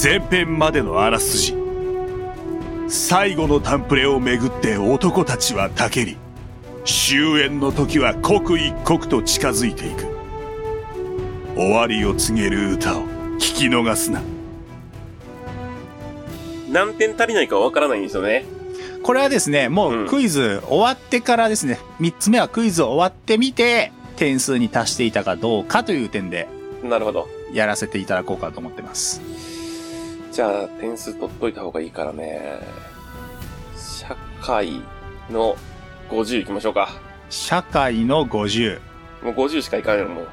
前編までのあらすじ最後のタンプレをめぐって男たちはたけり終焉の時は刻一刻と近づいていく終わりを告げる歌を聞き逃すな何点足りないかわからないんですよね。これはですね、もうクイズ終わってからですね、三つ目はクイズ終わってみて、点数に達していたかどうかという点で、なるほど。やらせていただこうかと思ってます。じゃあ、点数取っといた方がいいからね。社会の50いきましょうか。社会の50。もう50しかいかんよ、もう。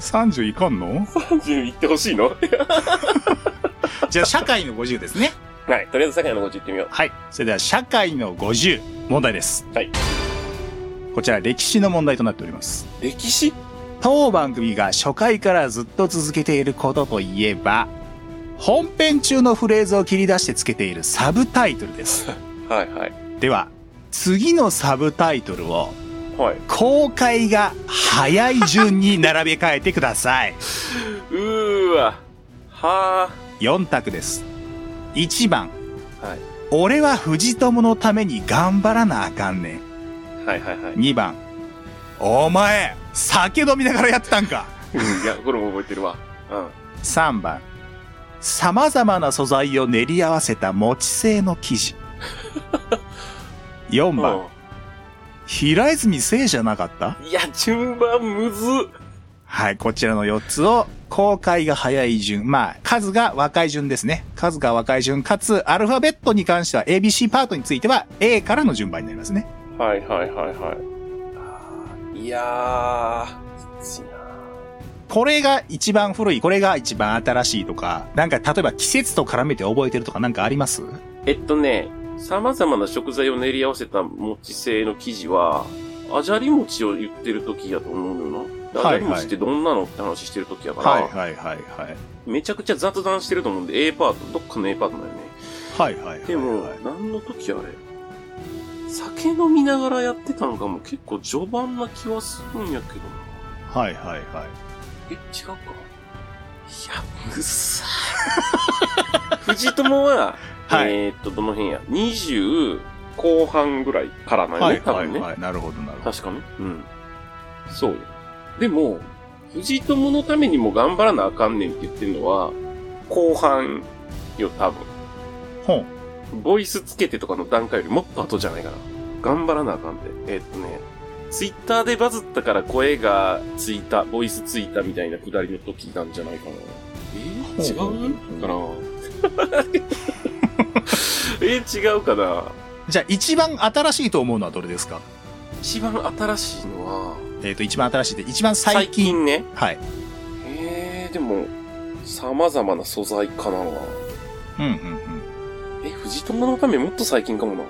30いかんの30いってほしいのじゃあ、社会の50です ね。 はい。とりあえず社会の50いってみよう。はい。それでは、社会の50、問題です。はい。こちら、歴史の問題となっております。歴史当番組が初回からずっと続けていることといえば、本編中のフレーズを切り出してつけているサブタイトルです。はいはい。では、次のサブタイトルを、はい。公開が早い順に並べ替えてください。うーわ。は4択です。1番、あ。はい。俺は藤友のために頑張らなあかんねん。はいはい はい。 2番、お前、酒飲みながらやってたんか。いや、これも覚えてるわ。う3番、様々な素材を練り合わせた持ち製の生 地。4ん。番、平泉聖じゃなかったうんいや、順番むずっ。はい、こちらの4つを、公開が早い順、まあ、数が若い順ですね。数が若い順、かつ、アルファベットに関しては ABC パートについては A からの順番になりますね。はいはいはいはいあー。いやー、きついな。これが一番古い、これが一番新しいとか、なんか例えば季節と絡めて覚えてるとかなんかありますえっとね、様々な食材を練り合わせた餅製の生地は、あじゃり餅を言ってる時やと思うのよな。はあいはいじゃり餅ってどんなのって話してる時やから、はいはいはいはい。めちゃくちゃ雑談してると思うんで、A パート、どっかの A パートだよね。はいはいはい。でも、何の時あれ酒飲みながらやってたのかも結構序盤な気はするんやけどな。はいはいはい。え、違うかいや、むさ い。藤友は、はいえーっと、どの辺や ?20 後半ぐらいからなんはやいね、多はい分ね。はい。なるほどなるほど。確かね。うん。そうよ。でも、藤友のためにも頑張らなあかんねんって言ってるのは、後半よ、多分。ほん。ボイスつけてとかの段階よりもっと後じゃないかな。頑張らなあかんって。えーっとね、ツイッターでバズったから声がついた、ボイスついたみたいなくだりの時なんじゃないかな。えー、ほう違うかな えー、違うかなじゃあ一番新しいと思うのはどれですか一番新しいのは、えっ、と、一番新しいで、一番最近。最近ね。はい。えー、でも、様々な素材かなうんうんうん。え、藤友のためもっと最近かもな。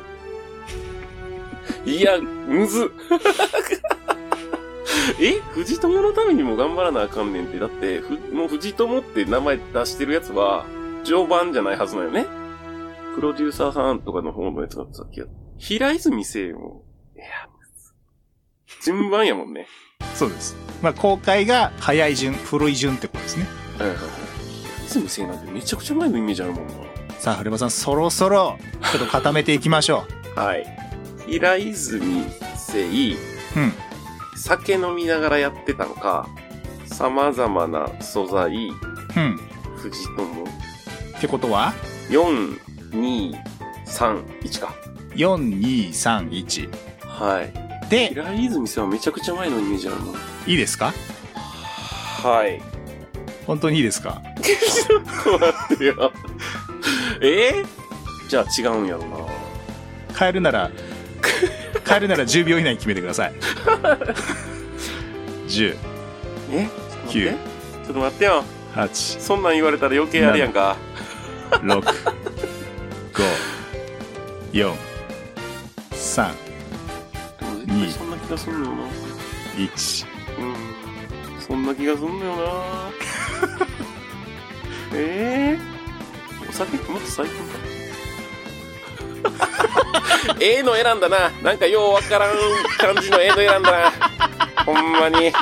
いや、むずっ。 え藤友のためにも頑張らなあかんねんって。だって、ふ、もう藤友って名前出してるやつは、常磐じゃないはずだよね。プロデューサーさんとかの方のやつだったっけ平泉聖も。いや、むずっ順番やもんね。そうです。まあ、公開が早い順、古い順ってことですね。うんうんうん。平泉聖なんてめちゃくちゃ前のイメージあるもんな。さあ、古山さん、そろそろ、ちょっと固めていきましょはい。平泉聖、う。うん。酒飲みながらやってたのか、様々な素材、うん。藤友、 ってことは、 4、2、3、1か。 4231。はい。で、平泉聖はめちゃくちゃ前のイメージあるな。いいですかはい。本当にいいですかちょっと待ってよ。えじゃあ違うんやろ変えるなら、 変えるなら10秒以内に決めてください。10、な。えちょっと待ってちょっと待ってよ。 8、そんなん言われたら余計あれやんか。 6、5、4、3、でも絶対そんな気がすんのよな。 1。うんそんな気がすんのよな ええお酒ってもっと最近か ええの選んだななんかようわからん感じのええの選んだなほんまに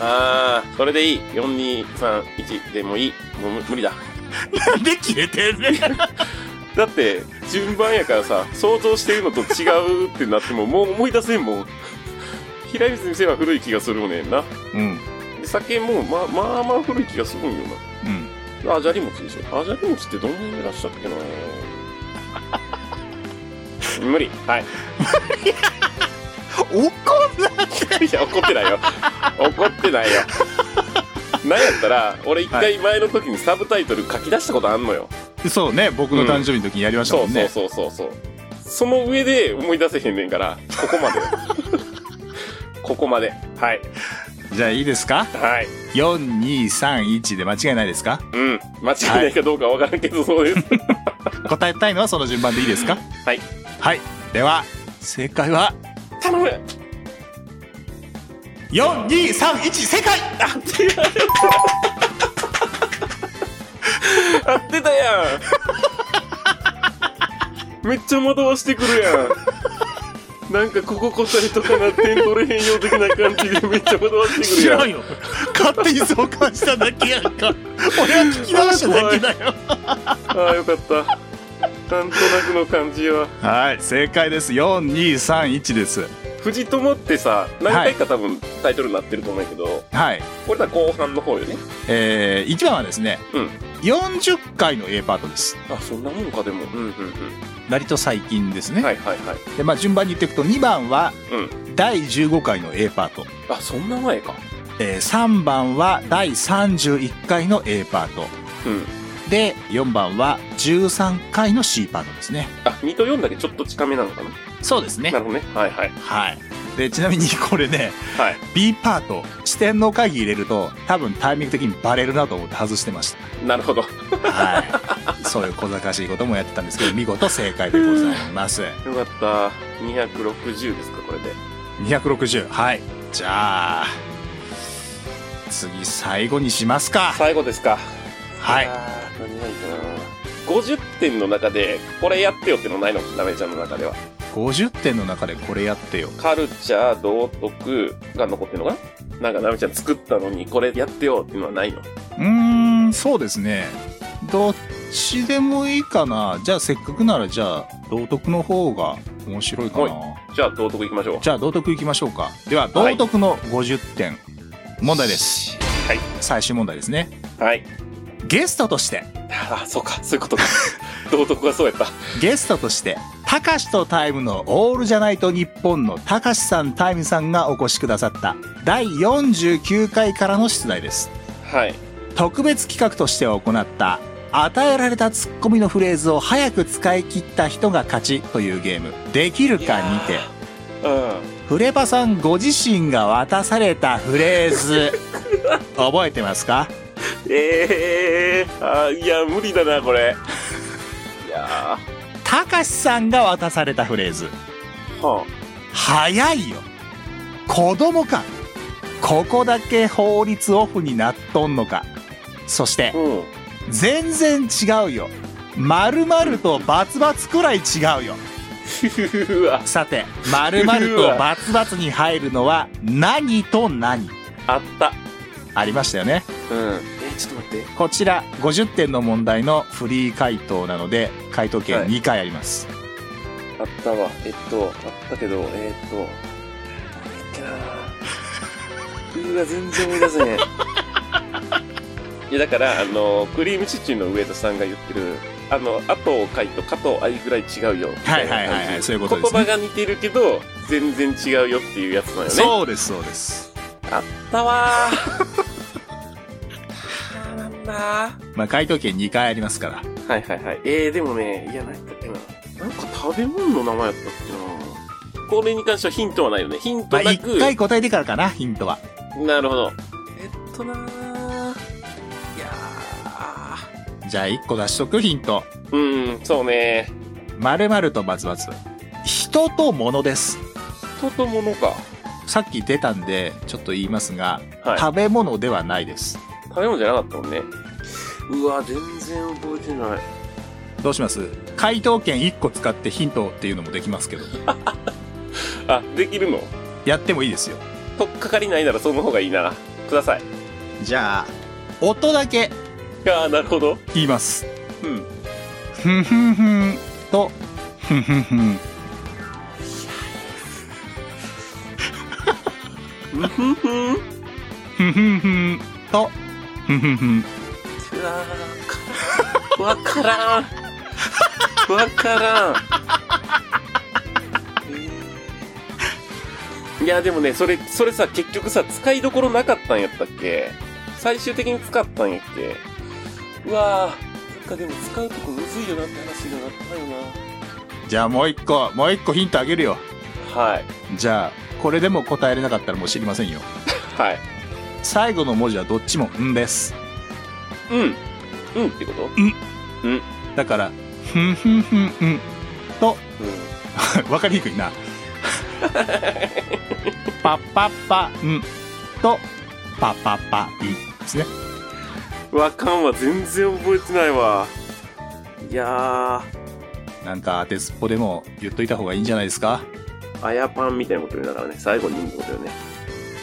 あー、それでいい。4、2、3、1でもいい。もう無無理だ。なんで消えてんねんだって、順番やからさ、想像してるのと違うってなっても、もう思い出せんもん。平泉先生は古い気がするもんねんな。うん。で酒も、ま、まあまあ古い気がするんようん。な。あじゃり餅でしょ。あじゃり餅ってどんならしたっけな 無理。はい。 怒んないや、怒ってないよ。怒ってないよ。なんやったら、俺一回前の時にサブタイトル書き出したことあんのよ。いそうね、僕の誕生日の時にやりましたそうもんそうね。そうそうそう。その上で思い出せへんねんから、ここま で。ここまで。はい。じゃあいいですかはい。 ?4231 で間違いないですかうん。間違いないかどうかわからんけど、そうです。答えたいのはその順番でいいですかはい。はい。では、正解は、頼む4231正解合ってたや んめっちゃ惑わしてくるやんなんかここ答えとかな点取れへんよう的な感じでめっちゃ惑わしてくるやんよ勝手にそう感じただけやんか俺は聞き直しただけだよああよかったなんとなくの感じははい、正解です。4231です。藤友ってさ何回か多分タイトルになってると思うんやけど、はい。これだ後半の方よねえー、1番はですね、うん40回の A パートです。あそんなもんかでもうんうんう割と最近ですんね。はいはいはいで、まあ順番に言っていくと、2番はう第15回の A パート。あそんな前かえー、3番は第31回の A パート。うんで、4番は13回の C パートですね。あ2と4だけちょっと近めなのかなそうですねな。るほどねはいはいはい。で、ちなみにこれね、はい B パート、視点の会議入れると、多分タイミング的にバレるなと思って外してましなるほどた。 はい。そういう小賢しいこともやってたんですけど、見事正解でございます。よかった。260ですか、これで。 260。はい。じゃあ、次最後にしますか。最後ですか。はいあー。何がいいかな。50点の中で、これやってよってのないのダメちゃんの中では。 50点の中でこれやってよ。カルチャー、道徳が残ってるのかななんかダメちゃん作ったのに、これやってよっていうのはないの。うーん、そうですね。どっちでもいいかな。じゃあせっかくなら、じゃあ、道徳の方が面白いかな。じゃあ、道徳行きましょう。じゃあ道徳いきましょうか。でははい道徳の50点、問題です。はい。最終問題ですね。はい。ゲストとして、ああ、そうか、そういうことか。 道徳はそうやった。ゲストとして、たかしとタイムのオールじゃないと日本のたかしさん、タイムさんがお越しくださった第49回からの出題です。はい。特別企画として行った与えられたツッコミのフレーズを早く使い切った人が勝ちというゲーム、できるかにて、うフレパさんご自身が渡されたフレーズ、覚えてますかん。ええー、あーいや、無理だな、これ。いやたかしさんが渡されたフレーズ。ー、はあ。早いよ。子供か。ここだけ法律オフになっとんのか。そして、うん。 全然違うよ。〇〇と××くらい違うよ。うわ。さて、〇〇と××に入るのは何と何あった。ありましたよね。うん。え、ちょっと待って。こちら50点の問題のフリー回答なので、回答権はい2回あります。あったわ。えっと、あったけど、えっと、なんだっけなぁ。うわ、全 然思い出せへん。いや、だから、あの、クリームシチューの上田さんが言ってる、あの、あとを書いと、かとあいぐらい違うよ。みたな感じはいはいはいはいそういうことです言ね葉が似てるけど、全然違うよっていうやつなのよね。う。そうです、そうです。あったわー。 あーなんだーまあ、回答権2回ありますから。はいはいはい。えー、でもね、いや、なんだっけな。なんか食べ物の名前やったっけな。これに関してはヒントはないよね。ヒンまトあ、な1く。回答えてからかな、ヒントは。なるほど。えっとなーいやーじゃあ、1個出しとくヒント。うーん、そうね。 〇〇と××。人と物です。人と物か。さっき出たんで、ちょっと言いますが、はい。食べ物ではないです。食べ物じゃなかったもんね。うわ、全然覚えてない。どうします回答権1個使ってヒントっていうのもできますけど、あ、できるのやってもいいですよ。とっかかりないならその方がいいな。ください。じゃあ、音だけ、ああ、なるほど。言います。うん。ふんふんふんと、ふんふんふん。うんふんふん。うふんふんふんと、ふんふんふん。わーわからん。わからん。わからん。えーいや、でもね、それ、それさ、結局さ、使いどころなかったんやったっけ最終的に使ったんやっけうわー、そっか、でも使うとこむずいよなって話になったよじゃあもう一個、もう一個ヒントあげるよ。な。はい。じゃあ、これでも答えれなかったらもう知りませんよ。はい。最後の文字はどっちもんです。うん。うんってことだから、ふんふんふんふんと、うわかりにくいな。パッパッパんと、パッパッパんですね。ん。わかんわ、全然覚えてないわ。いやなんか当てずっぽでも言っといた方がいいんじゃないですかー、あやパンみたいなこと言うだからね、最後に言うってことよね。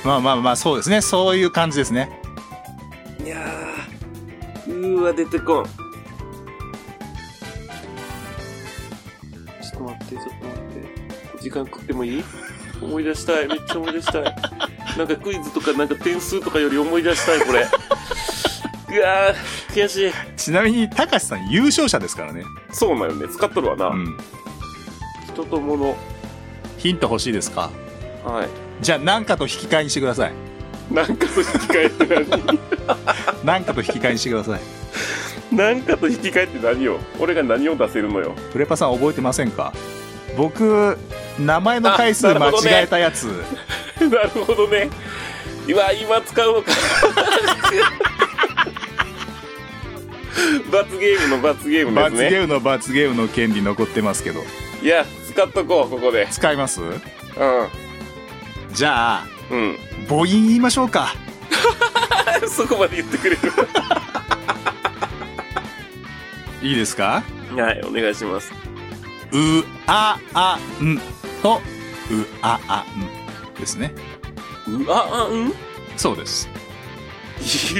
まあまあまあ、そうですね。そういう感じですね。いやー、うーわ、出てこん。ちょっと待って、ちょっと待って。時間食ってもいい思い出したい。めっちゃ思い出したい。 なんかクイズとか、なんか点数とかより思い出したい、これ。うわー、悔しい。ちなみに、たかしさん優勝者ですからね。そうなんよね。使っとるわな。うん。人と物。ヒント欲しいですかはい。じゃあ、なんかと引き換えにしてください。なんかと引き換えってなんかと引き換えにしてください。何 なんかと引き換えって何よ俺が何を出せるのよ。フレパさん覚えてませんか僕、名前の回数あな間るほどね違えたやつ。 なるほどね。うわ、今使うのか。罰ゲームの罰ゲームで罰すゲね。ームの罰ゲームの権利残ってますけど。いや、使っとこう、ここで。使いますうじゃあ、ん。うん。母音言いましょうか。 そこまで言ってくれる。いいですかはい、お願いします。う、あ、あ、んと、う、あ、あ、んですね。うあ、あ、うん そうです。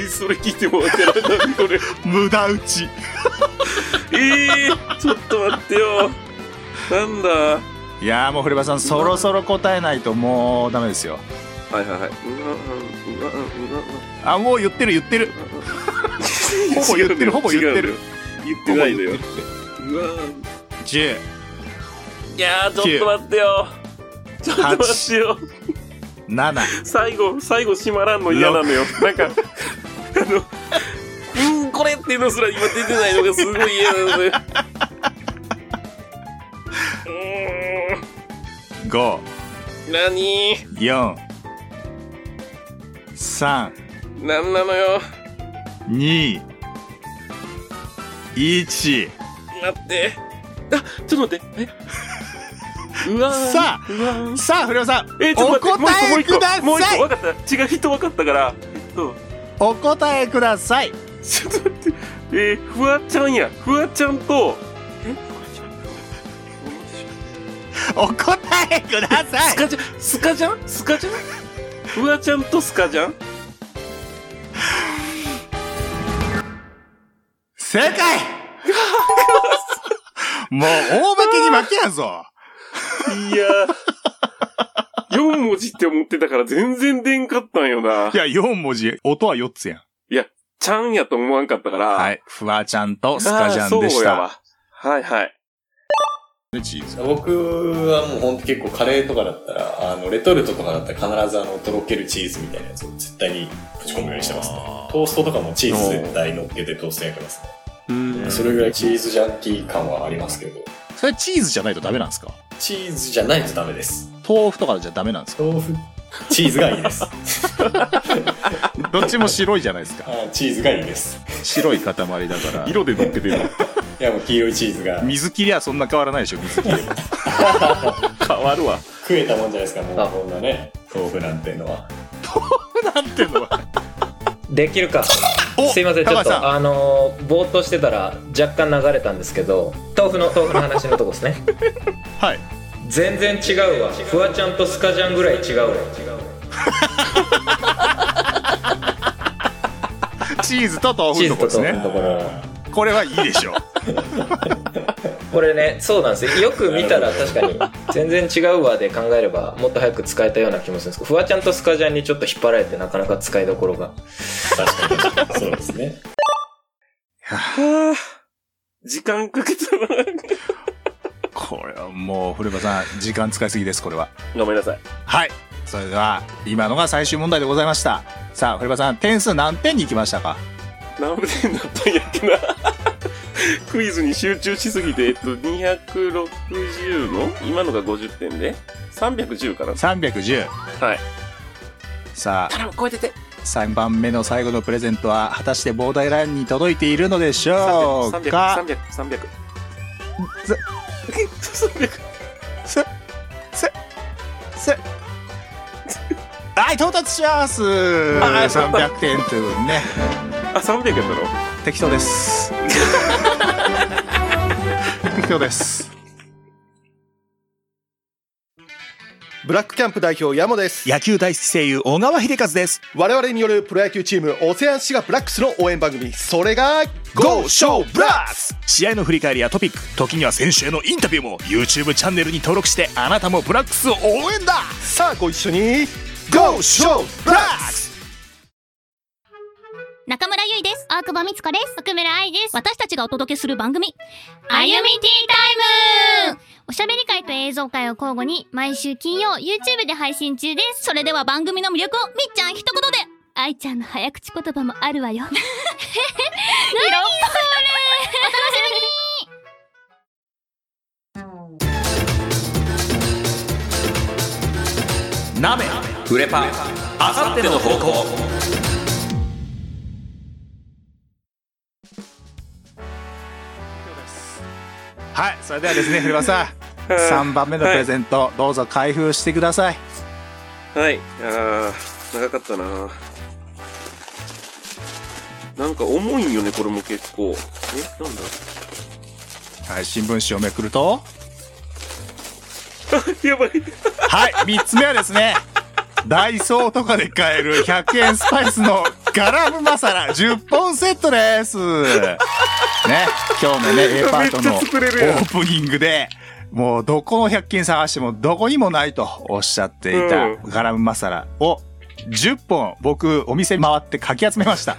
それ聞いてもわからない。何これ。 無駄打ち。ええー、ちょっと待ってよ。なんだ。はいやーもうフレバさん、そろそろ答えないともうダメですよ。いはいはい。うわ、うん、うわ、うん、うわ、うん。あ、もう言ってる言ってる。ほぼ言ってるほぼ言ってる違うの。言ってないのよほぼ。言ってるってうわ10、いやー、ちょっと待ってよ。ちょっと待ってよ。 7、最後、最後閉まらんの嫌なのよ。なんか、あの、うん、これっていうのすら今出てないのがすごい嫌なのよ。 5、うーん、何4、3、何なのよ。 2、1。待って。あ、ちょっと待って。えうわーさあうわーさあ、フレバさん、えちょおっと待って答えくだもう一個、もう一個、もう一さ個い分かった。違う人分かったから。えっと、お答えくださいちょっと待って。えー、フワちゃんや。フワちゃんと、えお答えくださスカジャン、スカジャンスカジャンフワちゃんとスカジャン正解もう、大負けに負けやぞいやー。4文字って思ってたから全然出んかったんよな。いや、4文字、音は4つやん。ちゃんやと思わんかったから。。はいい。フワちゃんとスカジャンでしそうやた。わ。はいはい。ねチーズ僕はもうほんと結構カレーとかだったら、あの、レトルトとかだったら必ずあの、とろけるチーズみたいなやつを絶対にぶち込むようにしてますね。トーストとかもチーズ絶対乗っけてトースト焼きますね。うんそれぐらいチーズジャンキー感はありますけど、それチーズじゃないとダメなんですかチーズじゃないとダメです。豆腐とかじゃダメなんです か豆腐、チーズがいい です。あどっちも白いじゃないですか。ーチーズがいいです。白い塊だから。色で乗っけてるの。いやもう黄色いチーズが水切りはそんな変わらないでしょ、水切りは。変わるわ。食えたもんじゃないですか、もうこんなね、豆腐なんてのは。なんていうのできるかおすいませんちょ高っ橋さんとあのーぼーっとしてたら若干流れたんですけど豆腐の豆腐の話のとこですね はい全然違うわフワちゃんとスカジャンぐらい違うわチーズと豆チ腐のーズとことです豆腐ねの。ところ。これはいいでしょう。これね、そうなんですよ。よく見たら確かに、全然違うわで考えれば、もっと早く使えたような気もするんですけど、フワちゃんとスカジャンにちょっと引っ張られて、なかなか使いどころが。確かに確かに。そうですね。はぁ。時間かけたな。これはもう、古川さん、時間使いすぎです、これは。ごめんなさい。はい。それでは、今のが最終問題でございました。さあ、古川さん、点数何点に行きましたか何点だったんやっけな。クイズに集中しすぎて、えっと、260の今のが50点で、310かな。 ?310。はい。さあ、頼む、超えてて。 3番目の最後のプレゼントは、果たしてボーダーラインに届いているのでしょうか300、300、300。ず300はい、到達しますあー !300 点というね、あ、300やったの適 当です。適当です。ブラックキャンプ代表山本です野球大好き声優、小川秀和です。我々によるプロ野球チームオセアンシガブラックスの応援番組それが GO SHOW ブラス試合の振り返りやトピック時には選手へのインタビューも YouTube チャンネルに登録してあなたもブラックスを応援ださあご一緒に GO SHOW ブラス中村ゆいです。アークバミツカです。奥村愛です。私たちがお届けする番組、あゆみティータイムおしゃべり会と映像会を交互に毎週金曜 YouTube で配信中です。それでは番組の魅力をみっちゃん一言で愛ちゃんの早口言葉もあ るわよ。何それお楽しみに鍋フレパあさっての方向はい、それではですね、古 川さん、3番目のプレゼント、どうぞ開封してください。はい。あー、長かったな。なんか重いんよね、これも結構。え、なんだはい、新聞紙をめくると、 やばい。はい、3つ目はですね、ダイソーとかで買える100円スパイスのガラムマサラ10本セットです。ね、今日のね、A パートのオめっちゃ作れるやんープニングで、もうどこの100均探してもどこにもないとおっしゃっていたうんガラムマサラを10本僕お店回ってかき集めました。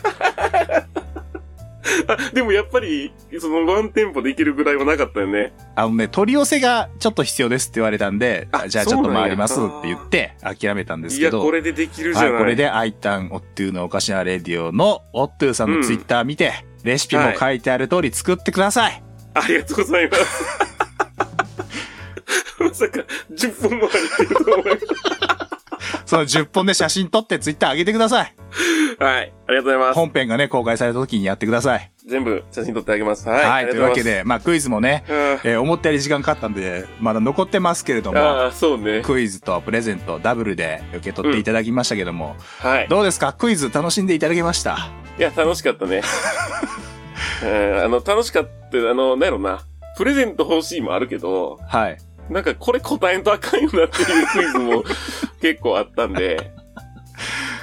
あでもやっぱり、そのワンテンポでいけるぐらいはなかったよね。あのね、取り寄せがちょっと必要ですって言われたんで、あじゃあちょっそとうなんや回りますって言って諦めたんですいけや、ど。これでできるじゃは、ないい。これで、アイタン、おっていうのおかしなレディオの、おっとぅさんのツイッター見て、レシピも書いてある通り作ってください。ありがとうございます。 まさか、10本も入ってると思いその10本で写真撮ってツイッター上げてください。はい。ありがとうございます。本編がね、公開された時にやってください。全部写真撮ってあげます。はい。はあい、りといがうわけございで、まあクイズもね、ます。えー思ったより時間かかったんで、まだ残ってますけれどうんあも、あ、そうね。クイズとプレゼントダブルで受け取っていただきましたけども、はい。どうですかクイズ楽しんでいただけましたいや、楽しかった ね。うんあの、楽しかった、あの、なんやろな。プレゼント欲しいもあるけど、はい。なんかこれ答えんとあかんよなっていうクイズ も結構あったんで。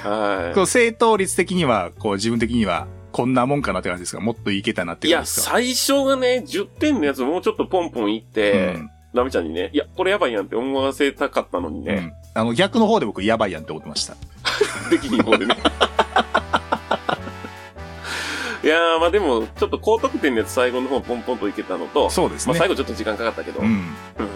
こはう正答率的には、こう自分的には、こんなもんかなって感じですかもっといけたなっい。てい感じや、ですか最初がね、10点のやつもうちょっとポンポンいって、ラミちゃんにね、いや、これやばいやんって思わせたかったのにうんうね、んあの、逆の方で僕、やばいやんって思ってました。できひん方で ね。いやー、まあでも、ちょっと高得点のやつ最後の方ポンポンといけたのと、そうですまね。あ最後ちょっと時間かかったけど、うん。うん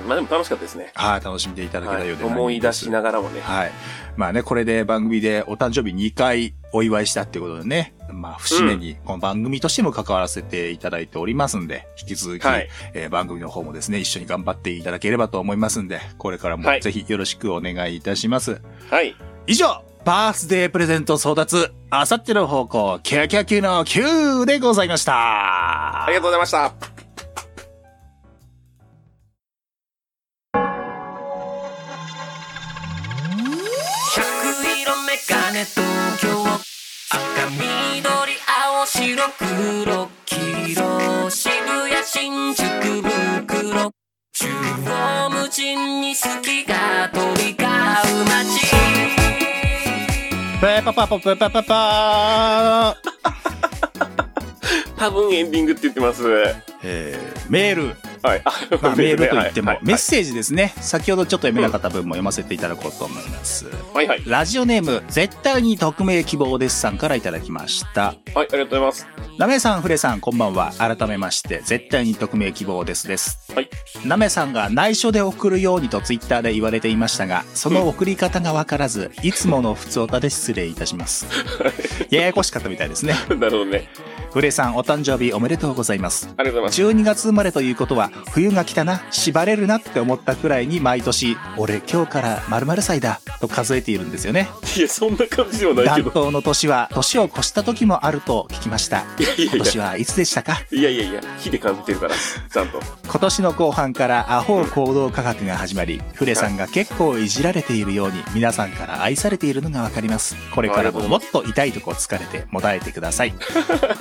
まあでも楽しかったですね。はい、楽しんでいただけたようで、はい思い出しなががらもね。はい。まあね、これで番組でお誕生日2回お祝いしたってことでね、まあ、節目に、この番組としても関わらせていただいておりますんで、引き続き、はいえー番組の方もですね、一緒に頑張っていただければと思いますんで、これからもはいぜひよろしくお願いいたします。はい。以上、バースデープレゼント争奪、あさっての方向、キャキャキの Q でございました。ありがとうございました。百色メガネ東京赤緑青白黒黄色渋谷新宿袋中央無尽に好きが飛び交う街ペーパパパパパパパー多分エンディングって言ってます。はえーメール、い。あ まあ、メールと言っても、メッセセージですね。先ほどちょっと読めなかった分も読ませていただこうと思います。はいはい。ラジオネーム、絶対に匿名希望ですさんからいただきました。はい、ありがとうございます。なめさん、ふれさん、こんばんは。改めまして、絶対に匿名希望ですです。はい。 なめさんが内緒で送るようにとツイッターで言われていましたが、その送り方がわからず、いつもの普通歌で失礼いたし ます。ややこしかったみたいですね。なるほどね。ふれさん、お誕生日おめでとうございます。ありがとうござい12月生まれということは冬が来たな縛れるなって思ったくらいに毎年「俺今日から〇〇歳だ」と数えているんですよねます。いや、そんな感じではないけ暖ど。冬の年は年を越した時もあると聞きましたいやいや今いや。年はいつでしたかいやいやいや、火で感じてるから、ちゃんと。今年の後半からアホ行動科学が始まりフレさんが結構いじられているように皆さんから愛されているのがわかりますこれからももっと痛いとこ疲れてもだえてくだ さい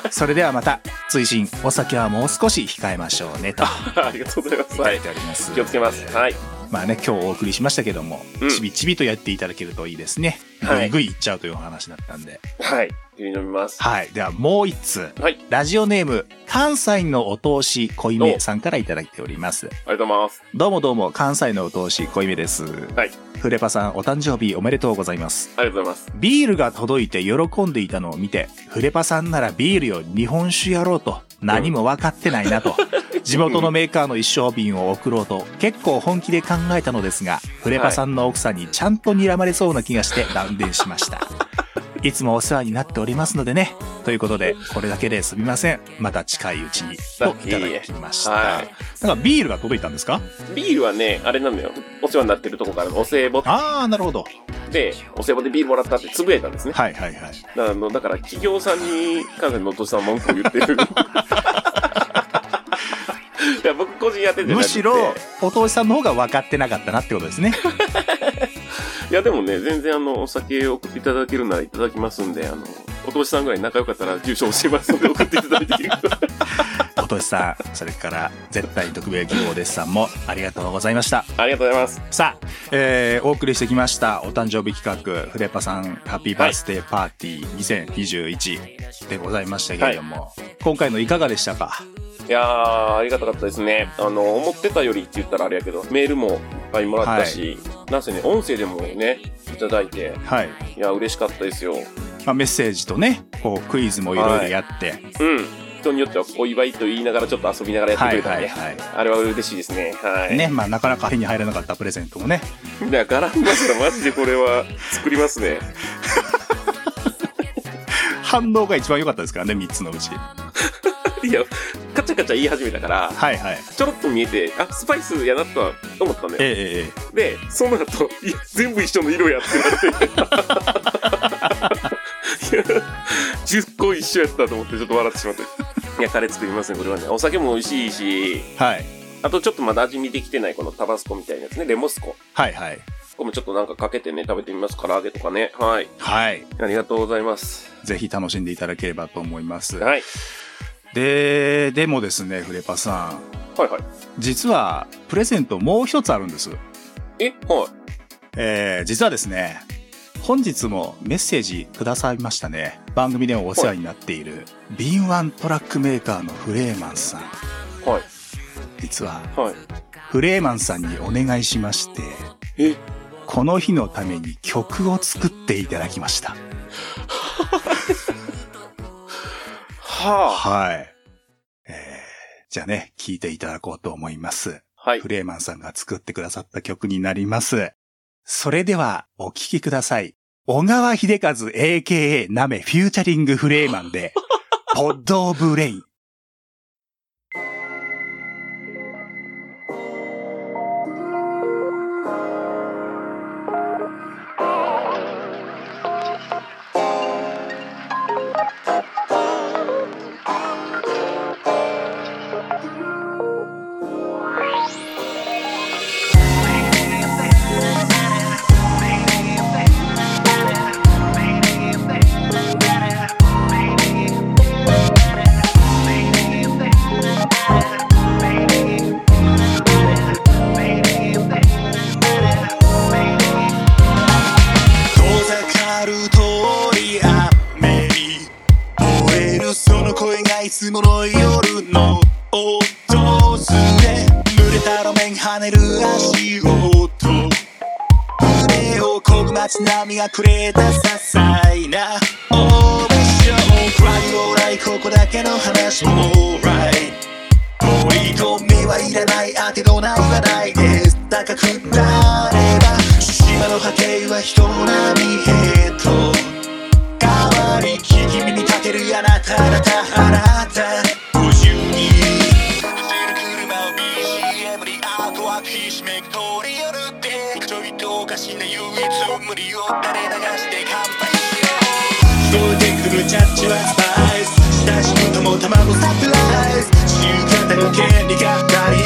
それではまた追伸お酒はもう少し控えましょうねとありがとうございます。書はいい。てあります気をつけます。はい。まあね、今日お送りしましたけども、うんちびちびとやっていただけるといいですね。ぐはいいぐいいっちゃうというお話だったんで。はい。牛乳飲みます。はい。ではもう一通。はい。ラジオネーム、関西のお通し濃いめさんからいただいております。ありがとうございます。。どうもどうも、関西のお通し濃いめです。はいフレパさん、お誕生日おめでとうございます。ありがとうございます。ビールが届いて喜んでいたのを見て、フレパさんならビールよ日本酒やろうと、何も分かってない なと、地元のメーカーの一升瓶を送ろうと、結構本気で考えたのですが、フレパさんの奥さんにちゃんと睨まれそうな気が して断念しました。いつもお世話になっておりますのでね。ということで、これだけですみません。また近いうちに、といただきました。はなんかビールが届いたんですかい。ビールはね、あれなんだよ。お世話になってるとこからのお歳暮ああ、なるほど。で、お歳暮でビールもらったってつぶやいたんですね。はいはいはい。あの、だから企業さんに関西のお父さん文句を言って る。いや、僕個人やっててじゃなむくてしろ、お父さんの方が分かってなかったなってことですね。いや、でもね、全然あの、お酒を送っていただけるならいただきますんで、あの、お父さんぐらい仲良かったら住所教えますので送っていただ いて結構おとしさん、それから絶対特命希望ですさんもありがとうございました。ありがとうございます。さあ、えーお送りしてきましたお誕生日企画、フレパさんハッピーバースデーパーティー2021でございましたけれども、今回のいかがでしたかいやー、ありがたかったですね。あの、思ってたよりって言ったらあれやけど、メールもいっぱいもらったし、なんせね、音声でもね、いただいて、はい。いや、嬉しかったですよ。まあ、メッセージとね、こうクイズもいろいろやって、うん。人によってはお祝いと言いながらちょっと遊びながらやってくれたんで、はいはいはあれは嬉しいですね。はい。ね、まあなかなか手に入らなかったプレゼントもね、いや、ガランマスターマジでこれは作りますね。 反応が一番良かったですからね、3つのうち。はいや、カチャカチャ言い始めたから、いはい。ちょろっと見えて、あ、スパイスやなとは思ったんだよ。ええええで、その後、いや、全部一緒の色やってなって。いや10個一緒やったと思ってちょっと笑ってしまって。いや、カレー作りますね、これはね。お酒も美味しいし、はい。あとちょっとまだ味見できてないこのタバスコみたいなやつね、レモスコ。はいはい。これもちょっとなんかかけてね、食べてみます。唐揚げとかね。はい。はい。ありがとうございます。ぜひ楽しんでいただければと思います。はい。で、でもですね、フレパさん。はいはい。実は、プレゼントもう一つあるんです。えはい。えー、実はですね、本日もメッセージくださいましたね。番組でもお世話になっている、敏腕トラックメーカーのフレーマンさん。はい。実は、はい。フレーマンさんにお願いしまして、えこの日のために曲を作っていただきました。はあ。はい。えー、じゃあね、聴いていただこうと思います。はいフ。レーマンさんが作ってくださった曲になります。それではお聴きください。小川秀和 AKA ナメフューチャリングフレーマン で、ポッドオブレイン。遠ざかる通り雨に燃えるその声がいつもの夜のお上手で濡れた路面跳ねる足音胸をこぐ街並みがくれた些細なオーディション Cry alright ここだけの話も alright 追い込みはいらない当てのないはないです高くなれば島の波形は人並みへと変わり聞き耳立てるあなたあなたあなた52走る車を BGM にアートはひしめく通り寄るってちょいとおかしな唯一無理を垂れ流して乾杯しよう聞こえてくるジャッジはスパイス親しくとも卵サプライズ自由形の権利がかり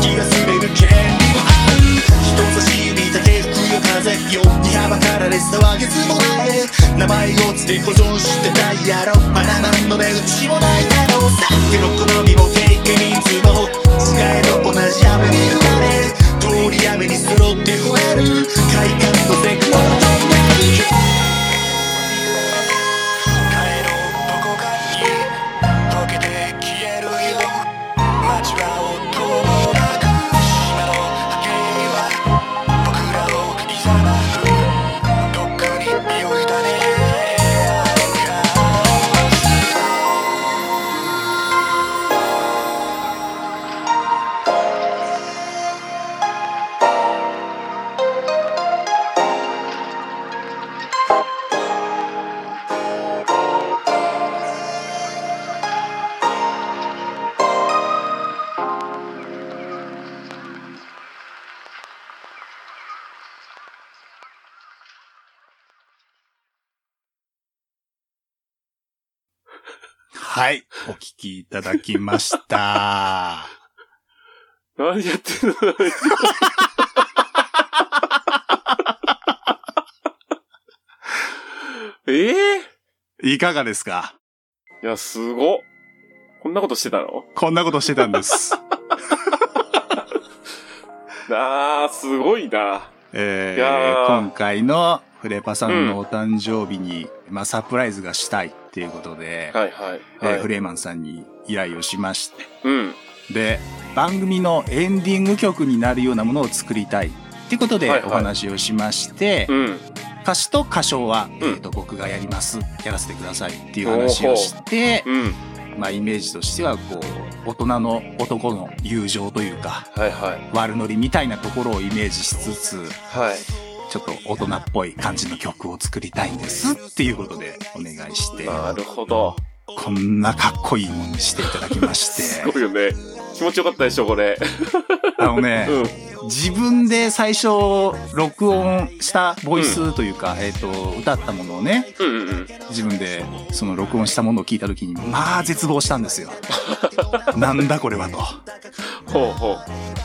吹き忘れる権利もある人差し指だけ吹くよ風よにはばかられ騒げずもない名前をつけ誇張してたいやろバナナの値打ちもないだろうさっきの好みも経験人数も使えの同じ雨に生まれ通り雨に揃って増える快感のセクノロトン溶けて消えるよ街は音もなく島の波形は僕らを誘うどっかに身を委ねはい。お聞きいただきました。何やってんの ええ いかがですかいや、すごっ。こんなことしてたのこんなことしてたんです。あー、すごいな。えいやー、ー今回のフレパさんのお誕生日に、まあ、サプライズがしたいっていうことで、はいはい。えーはい、フレーマンさんに依頼をしまして、うん。で番組のエンディング曲になるようなものを作りたいってことではいはいお話をしまして、うん。歌詞と歌唱は、うんえー、と僕がやりますやらせてくださいっていう話をして、うん。まあ、イメージとしてはこう大人の男の友情というかはいはい。悪ノリみたいなところをイメージしつつはい。ちょっと大人っぽい感じの曲を作りたいんですっていうことでお願いしてなるほど。こんなかっこいいもんにしていただきましすてごいよね。気持ちよかったでしょ、これ。あのね、うん。自分で最初録音したボイスというか、えっ、と歌ったものをねうんうんうん。自分でその録音したものを聞いた時にまあ絶望した んですよなんだこれはとほうほ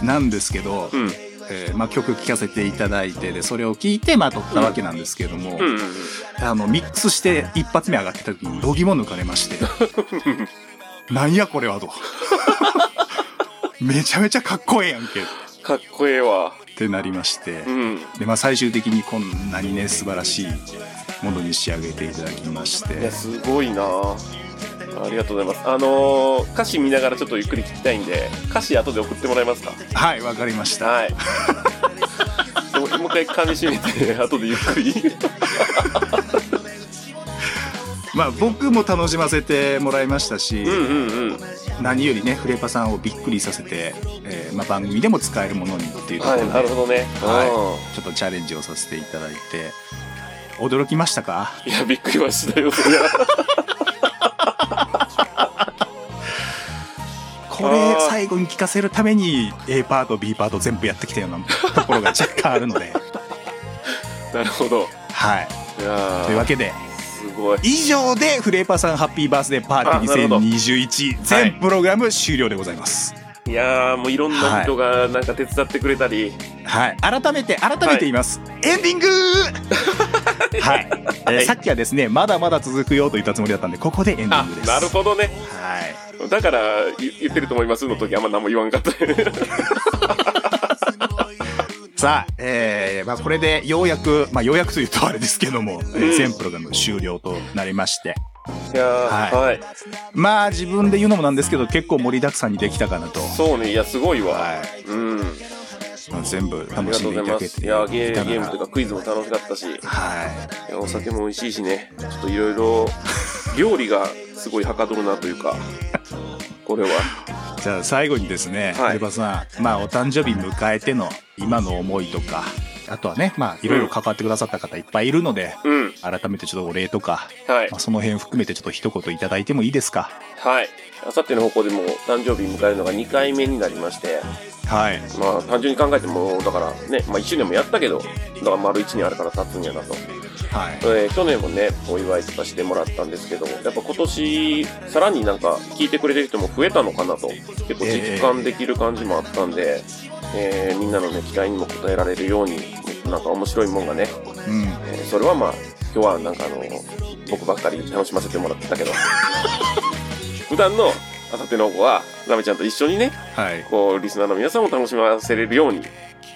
う。なんですけど、うん。えーまあ、曲聴かせていただいてでそれを聞いてまあ撮ったわけなんですけどうんも、うんうん。あのミックスして一発目上がってた時に度肝抜かれまして なんやこれはと めちゃめちゃかっこええやんけっかっこええわ。てなりまして、うん。で、まあ、最終的にこんなにね素晴らしいものに仕上げていただきましいや、てすごいなありがとうございます。あのー、歌詞見ながらちょっとゆっくり聞きたいんで、歌詞後で送ってもらえますかはいわかりましたはい。で ももう一回噛み締めて、 後でゆっくり。まあ僕も楽しませてもらいましたし、うんうんうん。何よりねフレパさんをびっくりさせて、えーまあ、番組でも使えるものにっていうところはで、い、なるほどね。はちょっとチャレンジをさせていただいて驚きましたかい。いや、びっくりはしたよ、そりゃ。これあー最後に聞かせるために A パート B パート全部やってきたようなところが若干ある ので なるほど。はいいやーというわけですごい。以上でフレーパーさんハッピーバースデーパーティあなるーほど2021全プログラム終了でございます。いやー、もういろんな人がなんか手伝ってくれたり。はい、改めて改めて言います。エンディング はい、えーさっきはですねまだまだ続くよと言ったつもりだったんでここでエンディあングで、す。なるほどね。はい。だから、ゆ言ってると思いますの時あんま何も言わんか った。さあ、えーまあこれでようやくまあようやくというとあれですけども、えー全プログラム終了となりまして、いやー、はい、まあ自分で言うのもなんですけど結構盛りだくさんにできたかなとそうね、いや、すごいわ。うん。全部あり楽がしとんうでございいただまけす。ていやゲー、ゲームとかクイズも楽しかったし、はいや。お酒も美味しいしね、ちょっといろいろ、料理がすごいはかどるなというか、これは。じゃあ最後にですね、はいエルバさん、まあお誕生日迎えての今の思いとか、あとはね、まあいろいろ関わってくださった方いっぱいいるので、うん。改めてちょっとお礼とか、はいまあ、。その辺含めてちょっと一言いただいてもいいですか。はい。あさっての方向でもう誕生日迎えるのが2回目になりまして、はい。まあ単純に考えても、だからね、まあ1周年もやったけど、だから丸1年あれから経つんやなと。はい。えー去年もね、お祝いとかしてもらったんですけど、やっぱ今年、さらになんか聞いてくれてる人も増えたのかなと、結構実感できる感じもあったんで、えーみんなのね、期待にも応えられるように、なんか面白いもんがね、うん。えーそれはまあ、今日はなんかあの、僕ばっかり楽しませてもらってたけど、 普段のあさっての方は、ラメちゃんと一緒にね、はい。こう、リスナーの皆さんも楽しませれるように、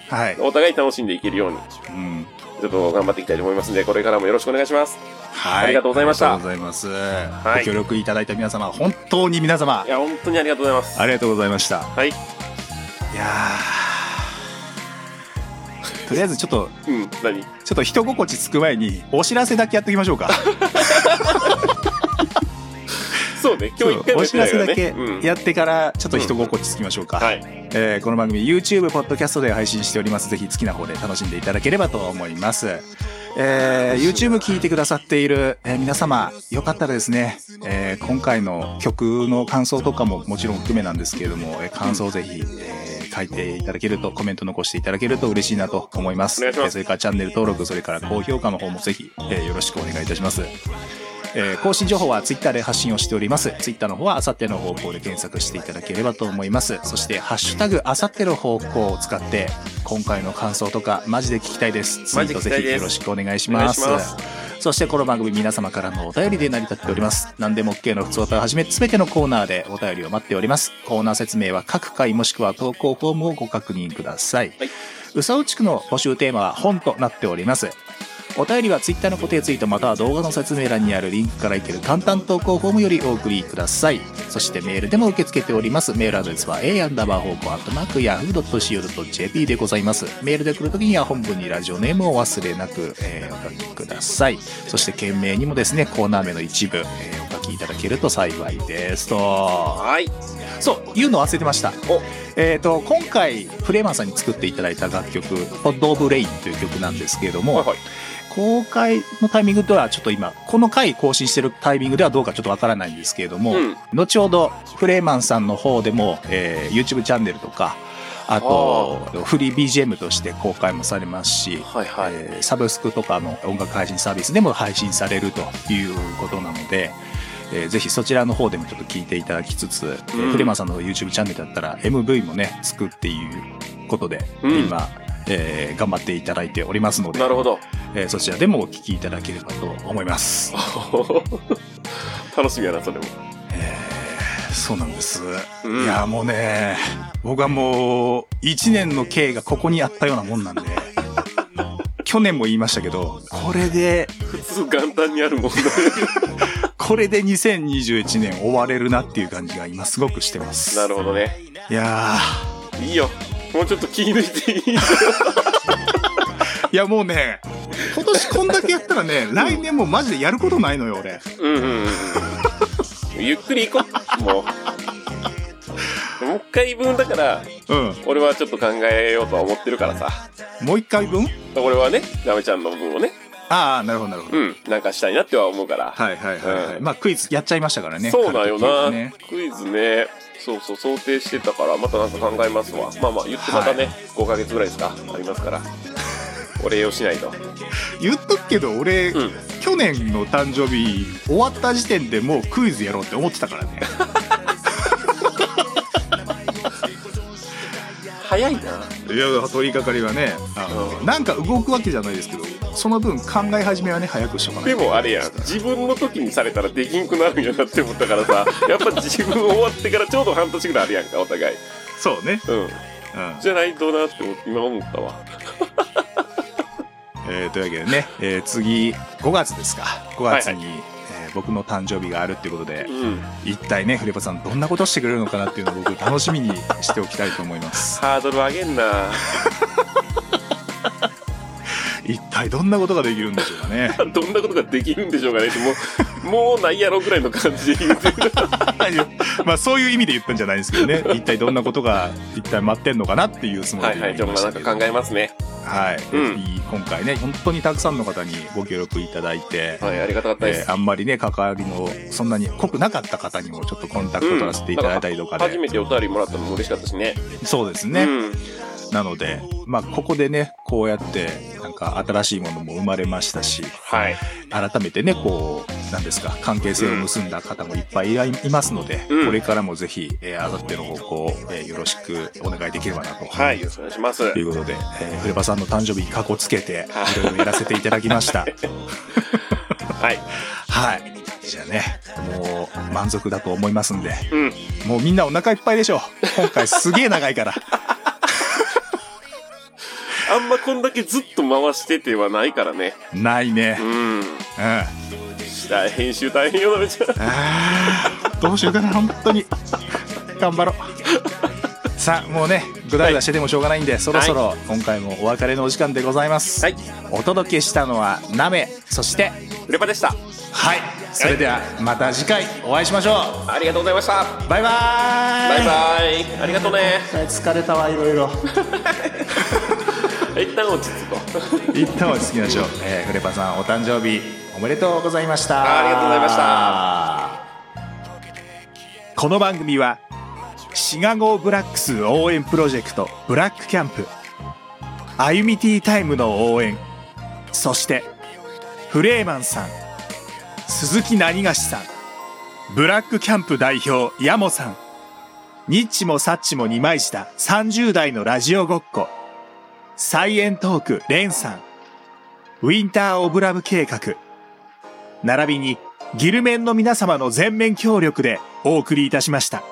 はい。お互い楽しんでいけるように、うん。ちょっと頑張っていきたいと思いますんで、これからもよろしくお願いします。はい。ありがとうございましたありがとうございます。はいご協力いただいた皆様、本当に皆様い、や、本当にありがとうございます。ありがとうございました。はい。いやーとりあえずちょっと、うん、何ちょっと人心地つく前に、お知らせだけやっておきましょうか。そうね、今日一回もおやっ知てないらからせだね。けうんやってから、ちょっと人心地つきましょうか。はい。えーこの番組 YouTube、Podcast で配信しております。ぜひ好きな方で楽しんでいただければと思います。えー YouTube 聞いてくださっている、えー皆様、よかったらですね、えー今回の曲の感想とかももちろん含めなんですけれども、えー感想をぜひ、えー書いていただけると、コメント残していただけると嬉しいなと思います。お願いしますえーそれからチャンネル登録、それから高評価の方もぜひ、えーよろしくお願いいたします。えー更新情報は Twitter で発信をしております。Twitter の方はあさっての方向で検索していただければと思います。そして、ハッシュタグあさっての方向を使って、今回の感想とか、マジで聞きたいです。ツイマージでト聞きぜたいですひよろしくお願いします。お願いしまそして、この番組皆様からのお便りで成り立っております。何でも OK の普通歌をはじめ、すべてのコーナーでお便りを待っております。コーナー説明は各回もしくは投稿フォームをご確認ください。うさお地区の募集テーマは本となっております。お便りは Twitter の固定ツイートまたは動画の説明欄にあるリンクからいける簡単投稿フォームよりお送りください。そしてメールでも受け付けております。メールアドレスは a アンダーバー方向アットマーク yahoo.co.jp でございます。メールで来るときには本文にラジオネームを忘れなく、えーお書きください。そして件名にもですね、コーナー名の一部、えーお書きいただけると幸いですと。はい。そう、言うの忘れてました。おえっ、と、今回、フレーマンさんに作っていただいた楽曲、ポッド・オブ・レインという曲なんですけれども、はいはい。公開のタイミングではちょっと今、この回更新してるタイミングではどうかちょっとわからないんですけれども、うん後ほどフレーマンさんの方でも、えー YouTube チャンネルとか、あと、フリー BGM として公開もされますし、はいはい。えーサブスクとかの音楽配信サービスでも配信されるということなので、えーぜひそちらの方でもちょっと聞いていただきつつ、えーうんフレマンさんの YouTube チャンネルだったら MV もね、作っていうことで、うん今、えー頑張っていただいておりますのでな、るほど。 えーそちらでもお聞きいただければと思います。楽しみやな、それも。そうなんです。うんいや、もうね、僕はもう、一年の経営がここにあったようなもんなん で、去年も言いましたけど、これで、普通元旦にあるもん だ。これで2021年終われるなっていう感じが今すごくしてます。なるほどね。いやいいよ。もうちょっと気抜いていい。ー、いやもうね、今年こんだけやったら ね、来年もマジでやることないのよ、俺。うんうんうんうん。ゆっくり行こう。もう。もう一回分だから、うん。俺はちょっと考えようとは思ってるからさ。もう一回分俺はね、ラメちゃんの分をね、ああ、なるほど、なるほど。うん、なんかしたいなっては思うから。はいはいはい、はいうんまあクイズやっちゃいましたからね。そうなんよな、軽くねクイズねそうそう想定してたからまたなんか考えますわまあまあ言ってまたね、5ヶ月ぐらいですかありますからお礼をしないと言っとくけど俺、うん去年の誕生日終わった時点でもうクイズやろうって思ってたからね早い ないや取り掛かりはねあのなんか動くわけじゃないですけどその分考え始めはね早くしとかないでともあれやん自分の時にされたらできんくなるんやなって思ったからさやっぱ自分終わってからちょうど半年ぐらいあるやんかお互いそうね、うんうんじゃないとなって思今思ったわえーというわけでね、えー次5月ですか5月に、えー僕の誕生日があるっていうことで、うん。一体ね、フレパさんどんなことしてくれるのかなっていうのを僕楽しみにしておきたいと思います。ハードル上げんな。 一体どんなことができるんでしょうかね。どんなことができるんでしょうかねってもう、もうないやろぐらいの感じで言うてる。 まあそういう意味で言ったんじゃないですけ どね。一体どんなことが一体待ってんのかなっていうつもりはいでは言い、いじゃあままあしなたんけど。か考えますね。はい、うんぜひ今回ね、本当にたくさんの方にご協力いただいて、はい、ありがたかったでえす。ーあんまりね、関わりの、そんなに濃くなかった方にもちょっとコンタクト取らせていただいたりとかで、初めてお便りもらったのも嬉しかったしね。そうですね。うん。なので、まあ、ここでね、こうやって、なんか新しいものも生まれましたし、はい。改めてね、こう、なんですか、関係性を結んだ方もいっぱいいらいますので、うんこれからもぜひ、えー、あさっての方向、えーよろしくお願いできればなと。はい、よろしくお願いします。ということで、えー、フレバさんの誕生日に過去つけて、いろいろやらせていただきま した。はい。はい。じゃあね、もう満足だと思いますんで、うん。もうみんなお腹いっぱいでしょう。今回すげえ長 いから。あんまこんだけずっと回しててはないからね。ないねう。ん。うん。大編集大変よ、なめちゃん。あーどうしようかな本当に頑張ろうさあもうねぐだぐだしててもしょうがないんで、そろそろ今回もお別れのお時間でございます、はいお届けしたのはなめそしてフレパでした。はいそれではまた次回お会いしましょうありがとうございました。バイバーイバイバイ。ありがとうね。疲れたわいろいろ一旦落ち着こう。一旦落ち着きましょう、えー、フレパさんお誕生日おめでとうございましたありがとうございましたこの番組はシガゴーブラックス応援プロジェクトブラックキャンプ歩みティータイムの応援そしてフレーマンさん鈴木何がしさんブラックキャンプ代表ヤモさんニッチもサッチも二枚舌30代のラジオごっこサイエントークレンさんウィンターオブラブ計画並びにギルメンの皆様の全面協力でお送りいたしました。